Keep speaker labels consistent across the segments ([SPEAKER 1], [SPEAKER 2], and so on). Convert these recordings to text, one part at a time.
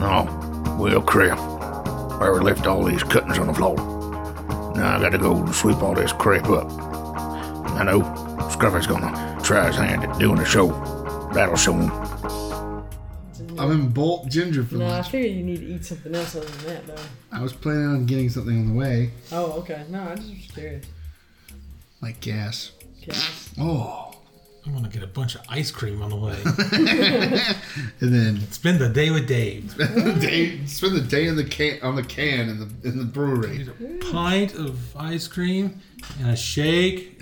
[SPEAKER 1] no. Well, crap. Barry left all these cuttings on the floor. Now I gotta go and sweep all this crap up. I know Scruffy's gonna try his hand at doing a show. That'll show him.
[SPEAKER 2] I'm in bulk ginger for
[SPEAKER 3] No, I
[SPEAKER 2] lunch.
[SPEAKER 3] figure you need to eat something else other than that, though.
[SPEAKER 2] I was planning on getting something on the way,
[SPEAKER 3] Oh, okay. No, I just was curious.
[SPEAKER 2] like gas.
[SPEAKER 3] Gas.
[SPEAKER 2] Oh,
[SPEAKER 4] I'm gonna get a bunch of ice cream on the way.
[SPEAKER 2] and then
[SPEAKER 4] Spend the day with Dave.
[SPEAKER 2] the day, spend the day in the can on the can in the in the brewery.
[SPEAKER 4] Need a pint of ice cream and a shake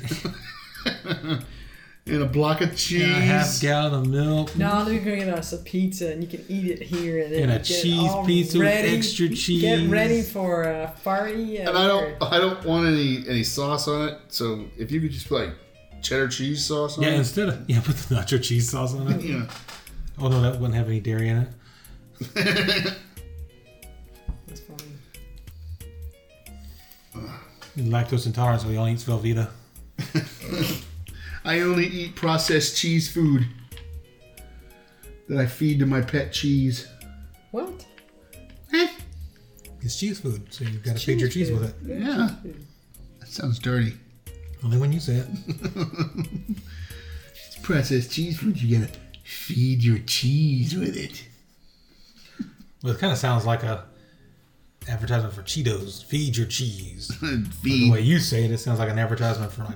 [SPEAKER 2] In a block of cheese.
[SPEAKER 4] and a half gallon of milk
[SPEAKER 3] No, they're gonna get us a pizza, and you can eat it here, and then
[SPEAKER 4] And a
[SPEAKER 3] get
[SPEAKER 4] cheese
[SPEAKER 3] all
[SPEAKER 4] pizza with
[SPEAKER 3] ready-
[SPEAKER 4] extra cheese.
[SPEAKER 3] Get ready for a party.
[SPEAKER 2] and I don't I don't want any any sauce on it. So if you could just put like cheddar cheese sauce on
[SPEAKER 4] Yeah,
[SPEAKER 2] it.
[SPEAKER 4] instead of yeah, put the nacho cheese sauce on it.
[SPEAKER 2] Yeah.
[SPEAKER 4] Oh no, that wouldn't have any dairy in it.
[SPEAKER 3] That's funny.
[SPEAKER 4] He's lactose intolerant, so he only eats Velveeta.
[SPEAKER 2] I only eat processed cheese food that I feed to my pet cheese. Eh,
[SPEAKER 3] What?
[SPEAKER 4] It's cheese food, so you've got to feed your cheese with it.
[SPEAKER 2] Yeah. That sounds dirty.
[SPEAKER 4] Only when you say it.
[SPEAKER 2] It's processed cheese food. You gotta feed your cheese with it.
[SPEAKER 4] Well, it kind of sounds like a advertisement for Cheetos. Feed your cheese. The way
[SPEAKER 2] feed.
[SPEAKER 4] you say it, it sounds like an advertisement for like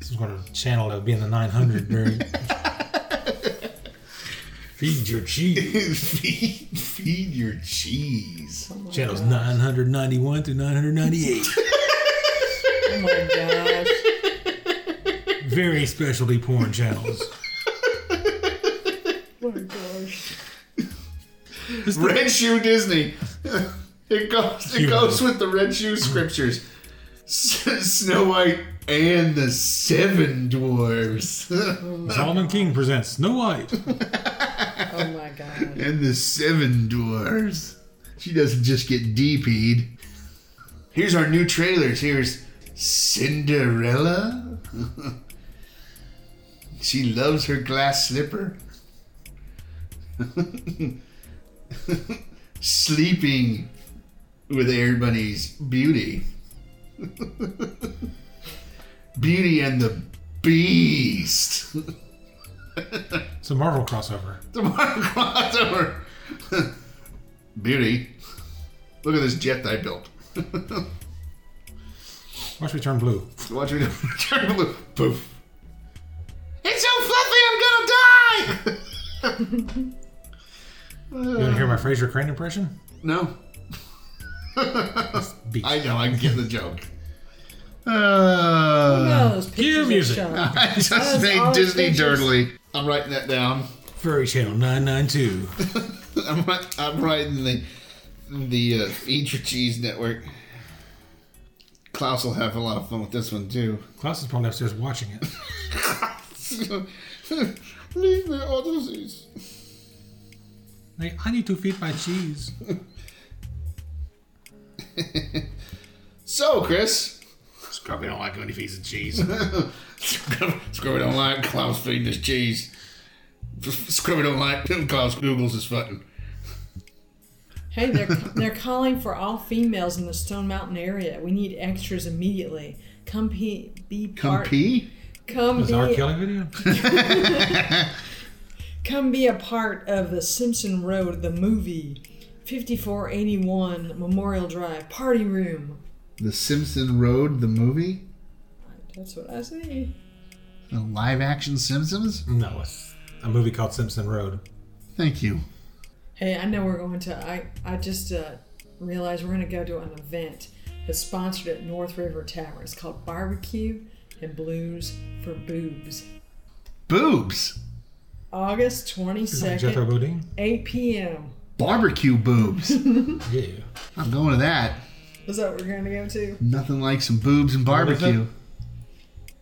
[SPEAKER 4] some sort of channel that would be in the 900 during. Feed your cheese.
[SPEAKER 2] feed, feed your cheese.
[SPEAKER 4] Channels 991 through 998.
[SPEAKER 3] Oh my gosh.
[SPEAKER 4] Very specialty porn channels.
[SPEAKER 3] Oh my gosh.
[SPEAKER 2] Red Shoe Disney. it goes. It
[SPEAKER 4] Human.
[SPEAKER 2] goes with the Red Shoe scriptures. S- Snow White and the Seven Dwarfs.
[SPEAKER 4] Solomon King presents Snow White.
[SPEAKER 3] Oh my
[SPEAKER 4] Uh,
[SPEAKER 3] god.
[SPEAKER 2] and the Seven Dwarfs. She doesn't just get DP'd. Here's our new trailers. Here's Cinderella. she loves her glass slipper. Sleeping with Air Bunny's beauty. beauty and the Beast.
[SPEAKER 4] It's a Marvel crossover.
[SPEAKER 2] The Marvel crossover. Beauty. Look at this jet I built.
[SPEAKER 4] Watch me turn blue.
[SPEAKER 2] Watch me turn blue. Poof. It's so fluffy, I'm
[SPEAKER 4] You want
[SPEAKER 2] gonna
[SPEAKER 4] to
[SPEAKER 2] die!
[SPEAKER 4] hear my Fraser Crane impression?
[SPEAKER 2] no.
[SPEAKER 4] Beast.
[SPEAKER 2] I know, I get the joke.
[SPEAKER 3] Oh,
[SPEAKER 2] Uh,
[SPEAKER 3] those
[SPEAKER 4] Cue
[SPEAKER 3] pictures
[SPEAKER 4] music.
[SPEAKER 3] are shot.
[SPEAKER 2] I just
[SPEAKER 3] Those
[SPEAKER 2] made
[SPEAKER 3] are
[SPEAKER 2] Disney
[SPEAKER 3] pictures.
[SPEAKER 2] dirtly. I'm writing that down.
[SPEAKER 4] Furry Channel 992.
[SPEAKER 2] I'm, ri- I'm writing the the uh, Eat Your Cheese Network. Klaus will have a lot of fun with this one too.
[SPEAKER 4] Klaus is probably upstairs watching it.
[SPEAKER 2] Leave me all disease.
[SPEAKER 4] Like, I need to feed my cheese.
[SPEAKER 2] So, Chris,
[SPEAKER 4] Scrubby don't like when he feeds the cheese.
[SPEAKER 2] Scrubby don't like Klaus feeding his cheese. Scrubby don't like Klaus Googles his button.
[SPEAKER 3] Hey, they're, they're calling for all females in the Stone Mountain area. We need extras immediately. Come pe- be
[SPEAKER 2] Come
[SPEAKER 3] part.
[SPEAKER 2] pee?
[SPEAKER 3] Come
[SPEAKER 4] Is our
[SPEAKER 3] be,
[SPEAKER 4] Kelly video?
[SPEAKER 3] come be a part of the Simpson Road, the movie. 5481 Memorial Drive, party room.
[SPEAKER 2] The Simpson Road, the movie?
[SPEAKER 3] That's what I see.
[SPEAKER 2] The live action Simpsons?
[SPEAKER 4] No, it's a movie called Simpson Road.
[SPEAKER 2] Thank you.
[SPEAKER 3] Hey, I know we're going to. I, I just uh, realized we're going to go to an event that's sponsored at North River Tavern. It's called Barbecue and Blues for Boobs.
[SPEAKER 2] Boobs.
[SPEAKER 3] August
[SPEAKER 4] Like Jethro
[SPEAKER 3] 22nd,
[SPEAKER 4] Bodine?
[SPEAKER 3] 8 p.m.
[SPEAKER 2] Barbecue boobs.
[SPEAKER 4] Yeah.
[SPEAKER 2] I'm going to that.
[SPEAKER 3] Is that what we're going to go to?
[SPEAKER 2] Nothing like some boobs and
[SPEAKER 4] What was
[SPEAKER 2] barbecue.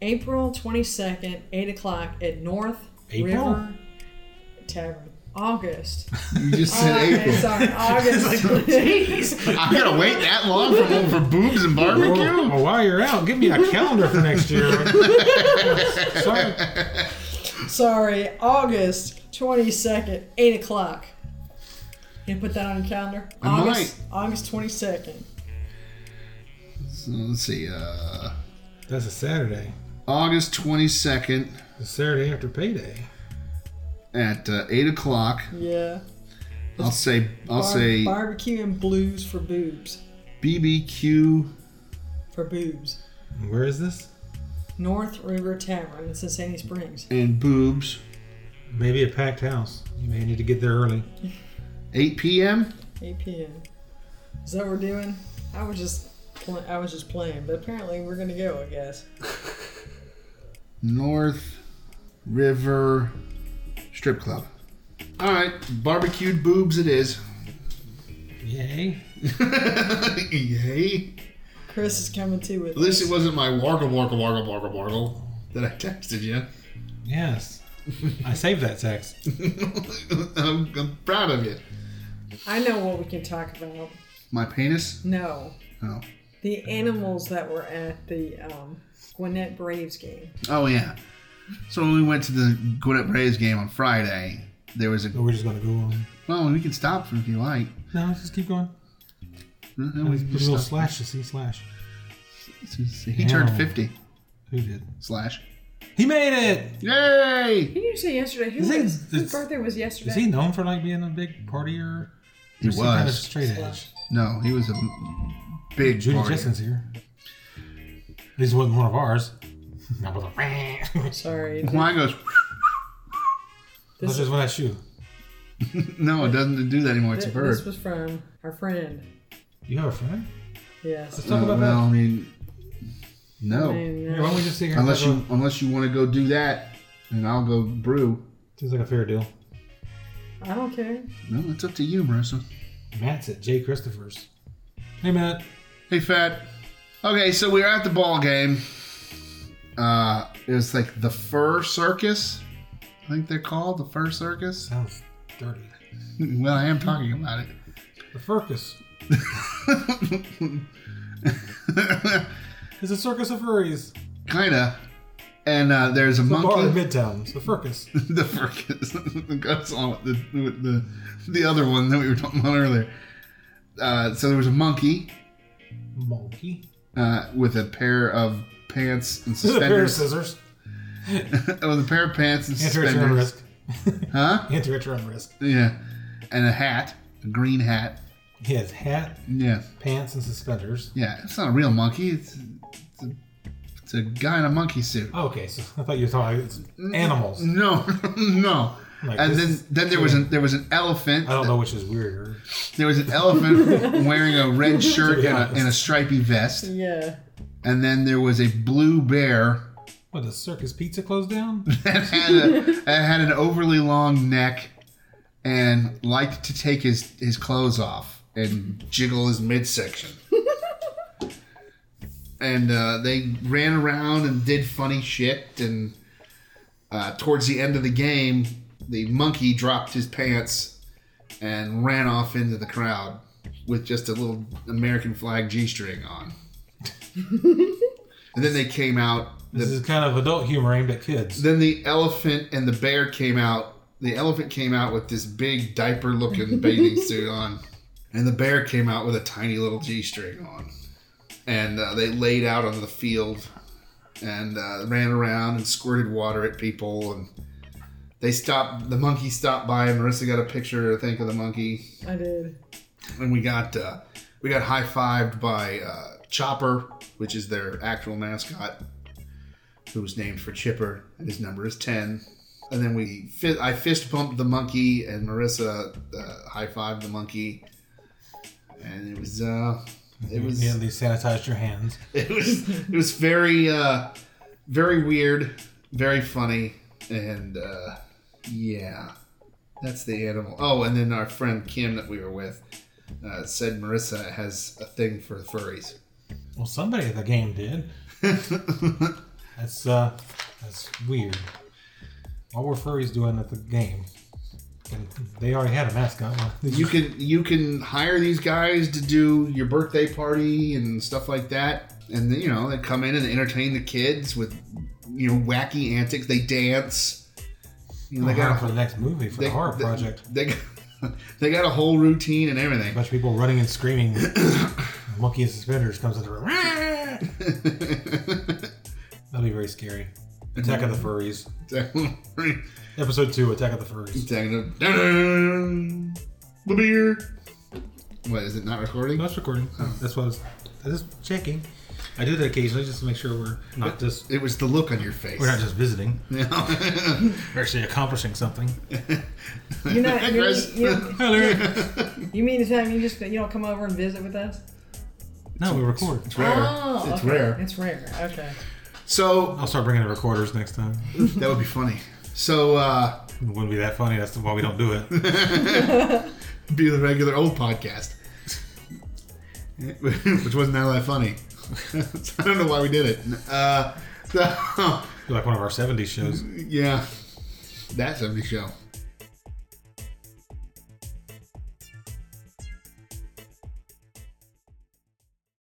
[SPEAKER 3] April 22nd, 8 o'clock at North
[SPEAKER 4] April?
[SPEAKER 3] River Tavern. August.
[SPEAKER 2] You just said
[SPEAKER 3] Okay,
[SPEAKER 2] April.
[SPEAKER 3] Oh, sorry, August.
[SPEAKER 2] I'm going to wait that long for, for boobs and
[SPEAKER 4] Well,
[SPEAKER 2] barbecue?
[SPEAKER 4] well, while you're out, give me a calendar for next year. Sorry.
[SPEAKER 3] sorry, August 22nd, 8 o'clock. and put that on your calendar.
[SPEAKER 2] I
[SPEAKER 3] August August twenty second.
[SPEAKER 2] So let's see. Uh,
[SPEAKER 4] That's a Saturday.
[SPEAKER 2] August 22nd
[SPEAKER 4] The Saturday after payday.
[SPEAKER 2] at uh, 8 o'clock.
[SPEAKER 3] Yeah.
[SPEAKER 2] I'll say, I'll
[SPEAKER 3] Bar-
[SPEAKER 2] say
[SPEAKER 3] barbecue and blues for boobs.
[SPEAKER 2] BBQ.
[SPEAKER 3] For boobs.
[SPEAKER 4] And Where is this?
[SPEAKER 3] North River Tavern in Sandy Springs.
[SPEAKER 2] and boobs,
[SPEAKER 4] Maybe a packed house. You may need to get there early.
[SPEAKER 2] 8 p.m.
[SPEAKER 3] 8 p.m. Is that what we're doing? I was just pl- I was just playing, but apparently we're gonna go. I guess.
[SPEAKER 2] North River Strip Club. All right, barbecued boobs it is.
[SPEAKER 4] Yay.
[SPEAKER 2] Yay!
[SPEAKER 3] Chris is coming too with
[SPEAKER 2] At least it wasn't my wargle wargle wargle wargle wargle that I texted you.
[SPEAKER 4] Yes. I saved that text.
[SPEAKER 2] I'm, I'm proud of you.
[SPEAKER 3] I know what we can talk about.
[SPEAKER 2] My penis?
[SPEAKER 3] No,
[SPEAKER 2] Oh,
[SPEAKER 3] the animals that were at the um, Gwinnett Braves game.
[SPEAKER 2] oh yeah. So when we went to the Gwinnett Braves game on Friday, there was a.
[SPEAKER 4] But we're just going to go on.
[SPEAKER 2] Well, we can stop for if you like.
[SPEAKER 4] No, let's just keep going.
[SPEAKER 2] No, we
[SPEAKER 4] There's a
[SPEAKER 2] can
[SPEAKER 4] little
[SPEAKER 2] just stop.
[SPEAKER 4] slash to see slash.
[SPEAKER 2] He turned
[SPEAKER 4] Yeah.
[SPEAKER 2] 50.
[SPEAKER 4] Who did?
[SPEAKER 2] Slash.
[SPEAKER 4] He made it!
[SPEAKER 2] Yay!
[SPEAKER 3] Did you say yesterday? Who
[SPEAKER 4] Is he-
[SPEAKER 3] was, whose
[SPEAKER 4] is-
[SPEAKER 3] birthday was yesterday?
[SPEAKER 4] Is he known for like being a big partier?
[SPEAKER 2] He
[SPEAKER 4] Or some Kind of
[SPEAKER 2] was.
[SPEAKER 4] straight edge.
[SPEAKER 2] No, he was a big
[SPEAKER 4] Judy
[SPEAKER 2] party.
[SPEAKER 4] Justin's here. At least it wasn't one of ours. That was a-
[SPEAKER 3] Sorry.
[SPEAKER 2] Mine goes.
[SPEAKER 4] That's
[SPEAKER 3] This,
[SPEAKER 4] just when I shoe.
[SPEAKER 2] No, it doesn't do that anymore. It's a
[SPEAKER 3] thi-
[SPEAKER 2] bird.
[SPEAKER 3] this was from our friend.
[SPEAKER 4] You have a friend?
[SPEAKER 3] Yes.
[SPEAKER 4] Let's talk about
[SPEAKER 2] Oh, well, I
[SPEAKER 4] that.
[SPEAKER 2] mean, no.
[SPEAKER 3] And, uh,
[SPEAKER 4] Here, why don't we just sit here? and
[SPEAKER 2] Unless
[SPEAKER 4] talk
[SPEAKER 2] you unless you want to go do that, and I'll go brew.
[SPEAKER 4] about- Seems like a fair deal.
[SPEAKER 3] I don't care.
[SPEAKER 2] No, it's up to you, Marissa.
[SPEAKER 4] Matt's at Jay Christopher's. Hey, Matt.
[SPEAKER 2] Hey, fat. Okay, so we were at the ball game. Uh, it was like the Fur Circus. I think they're called the Fur Circus.
[SPEAKER 4] Sounds dirty.
[SPEAKER 2] well, I am talking about it.
[SPEAKER 4] The circus. It's a circus of furries.
[SPEAKER 2] Kinda. And uh, there's a
[SPEAKER 4] The
[SPEAKER 2] monkey.
[SPEAKER 4] bar in Midtown. It's the circus.
[SPEAKER 2] the Fergus goes on with the, with the the other one that we were talking about earlier. Uh, so there was a monkey
[SPEAKER 4] Monkey.
[SPEAKER 2] uh, with a pair of pants and
[SPEAKER 4] This is a pair of
[SPEAKER 2] suspenders.
[SPEAKER 4] scissors.
[SPEAKER 2] with a pair of pants and
[SPEAKER 4] Enter at your own
[SPEAKER 2] suspenders,
[SPEAKER 4] risk.
[SPEAKER 2] huh?
[SPEAKER 4] Enter at your own risk.
[SPEAKER 2] Yeah, and a hat, a green hat.
[SPEAKER 4] He has hat,
[SPEAKER 2] Yeah,
[SPEAKER 4] pants, and suspenders.
[SPEAKER 2] yeah. It's not a real monkey. It's it's a, it's a guy in a monkey suit.
[SPEAKER 4] Oh, okay, so I thought you were talking it's animals.
[SPEAKER 2] No, no.
[SPEAKER 4] Like,
[SPEAKER 2] and
[SPEAKER 4] this
[SPEAKER 2] then
[SPEAKER 4] is-
[SPEAKER 2] then there was an there was an elephant.
[SPEAKER 4] I don't know which is weirder.
[SPEAKER 2] There was an elephant wearing a red shirt
[SPEAKER 4] To be
[SPEAKER 2] and a,
[SPEAKER 4] honest.
[SPEAKER 2] and a stripy vest.
[SPEAKER 3] Yeah.
[SPEAKER 2] and then there was a blue bear
[SPEAKER 4] What, does circus pizza close down?
[SPEAKER 2] that had a, that had an overly long neck and liked to take his his clothes off and jiggle his midsection. and uh, they ran around and did funny shit. And uh, towards the end of the game, the monkey dropped his pants and ran off into the crowd with just a little American flag G string on. and then they came out. the-
[SPEAKER 4] This is kind of adult humor aimed at kids.
[SPEAKER 2] then the elephant and the bear came out. The elephant came out with this big diaper looking bathing suit on, and the bear came out with a tiny little G string on. And uh, they laid out on the field and uh, ran around and squirted water at people. And they stopped, the monkey stopped by, and Marissa got a picture, I think, of the monkey.
[SPEAKER 3] I did.
[SPEAKER 2] And we got, uh, we got high fived by uh, Chopper, which is their actual mascot who was named for Chipper, and his number is ten. And then we, fi- I fist bumped the monkey, and Marissa uh, high fived the monkey, and it was, uh, it was,
[SPEAKER 4] You at least sanitized your hands.
[SPEAKER 2] it was, it was very, uh, very weird, very funny, and uh, yeah, that's the animal. Oh, and then our friend Kim that we were with uh, said Marissa has a thing for furries.
[SPEAKER 4] Well, somebody at the game did. That's uh, that's weird. What were furries doing at the game? And they already had a mascot. Well,
[SPEAKER 2] you can you can hire these guys to do your birthday party and stuff like that and you know they come in and entertain the kids with you know wacky antics they dance you know,
[SPEAKER 4] they
[SPEAKER 2] they
[SPEAKER 4] got for
[SPEAKER 2] got
[SPEAKER 4] Uh-huh. the next movie for
[SPEAKER 2] they,
[SPEAKER 4] the horror
[SPEAKER 2] they-
[SPEAKER 4] project.
[SPEAKER 2] they, they got a whole routine and everything.
[SPEAKER 4] A bunch of people running and screaming. Monkey in suspenders comes into the room. That'll be very scary. Attack of the Furries. Episode 2, Attack of the Furries.
[SPEAKER 2] Dun, dun, dun. The beer. What is it? Not recording?
[SPEAKER 4] That's recording. That's what I was, I was checking. I do that occasionally just to make sure we're not just
[SPEAKER 2] It was the look on your face.
[SPEAKER 4] we're not just visiting.
[SPEAKER 2] No.
[SPEAKER 4] We're actually accomplishing something.
[SPEAKER 3] You're not. You're,
[SPEAKER 2] Chris.
[SPEAKER 3] you
[SPEAKER 4] Hello.
[SPEAKER 3] you mean to tell me you just you don't come over and visit with us?
[SPEAKER 4] No, we record.
[SPEAKER 2] It's rare.
[SPEAKER 3] Oh,
[SPEAKER 2] it's
[SPEAKER 3] okay.
[SPEAKER 2] rare.
[SPEAKER 3] It's rare. Okay.
[SPEAKER 2] So
[SPEAKER 4] I'll start bringing the recorders next time.
[SPEAKER 2] that would be funny. So uh,
[SPEAKER 4] It wouldn't be that funny. That's why we don't do it.
[SPEAKER 2] be the regular old podcast, which wasn't all that funny. I don't know why we did it. Uh, so-
[SPEAKER 4] Like one of our 70s shows.
[SPEAKER 2] yeah, that's a big show.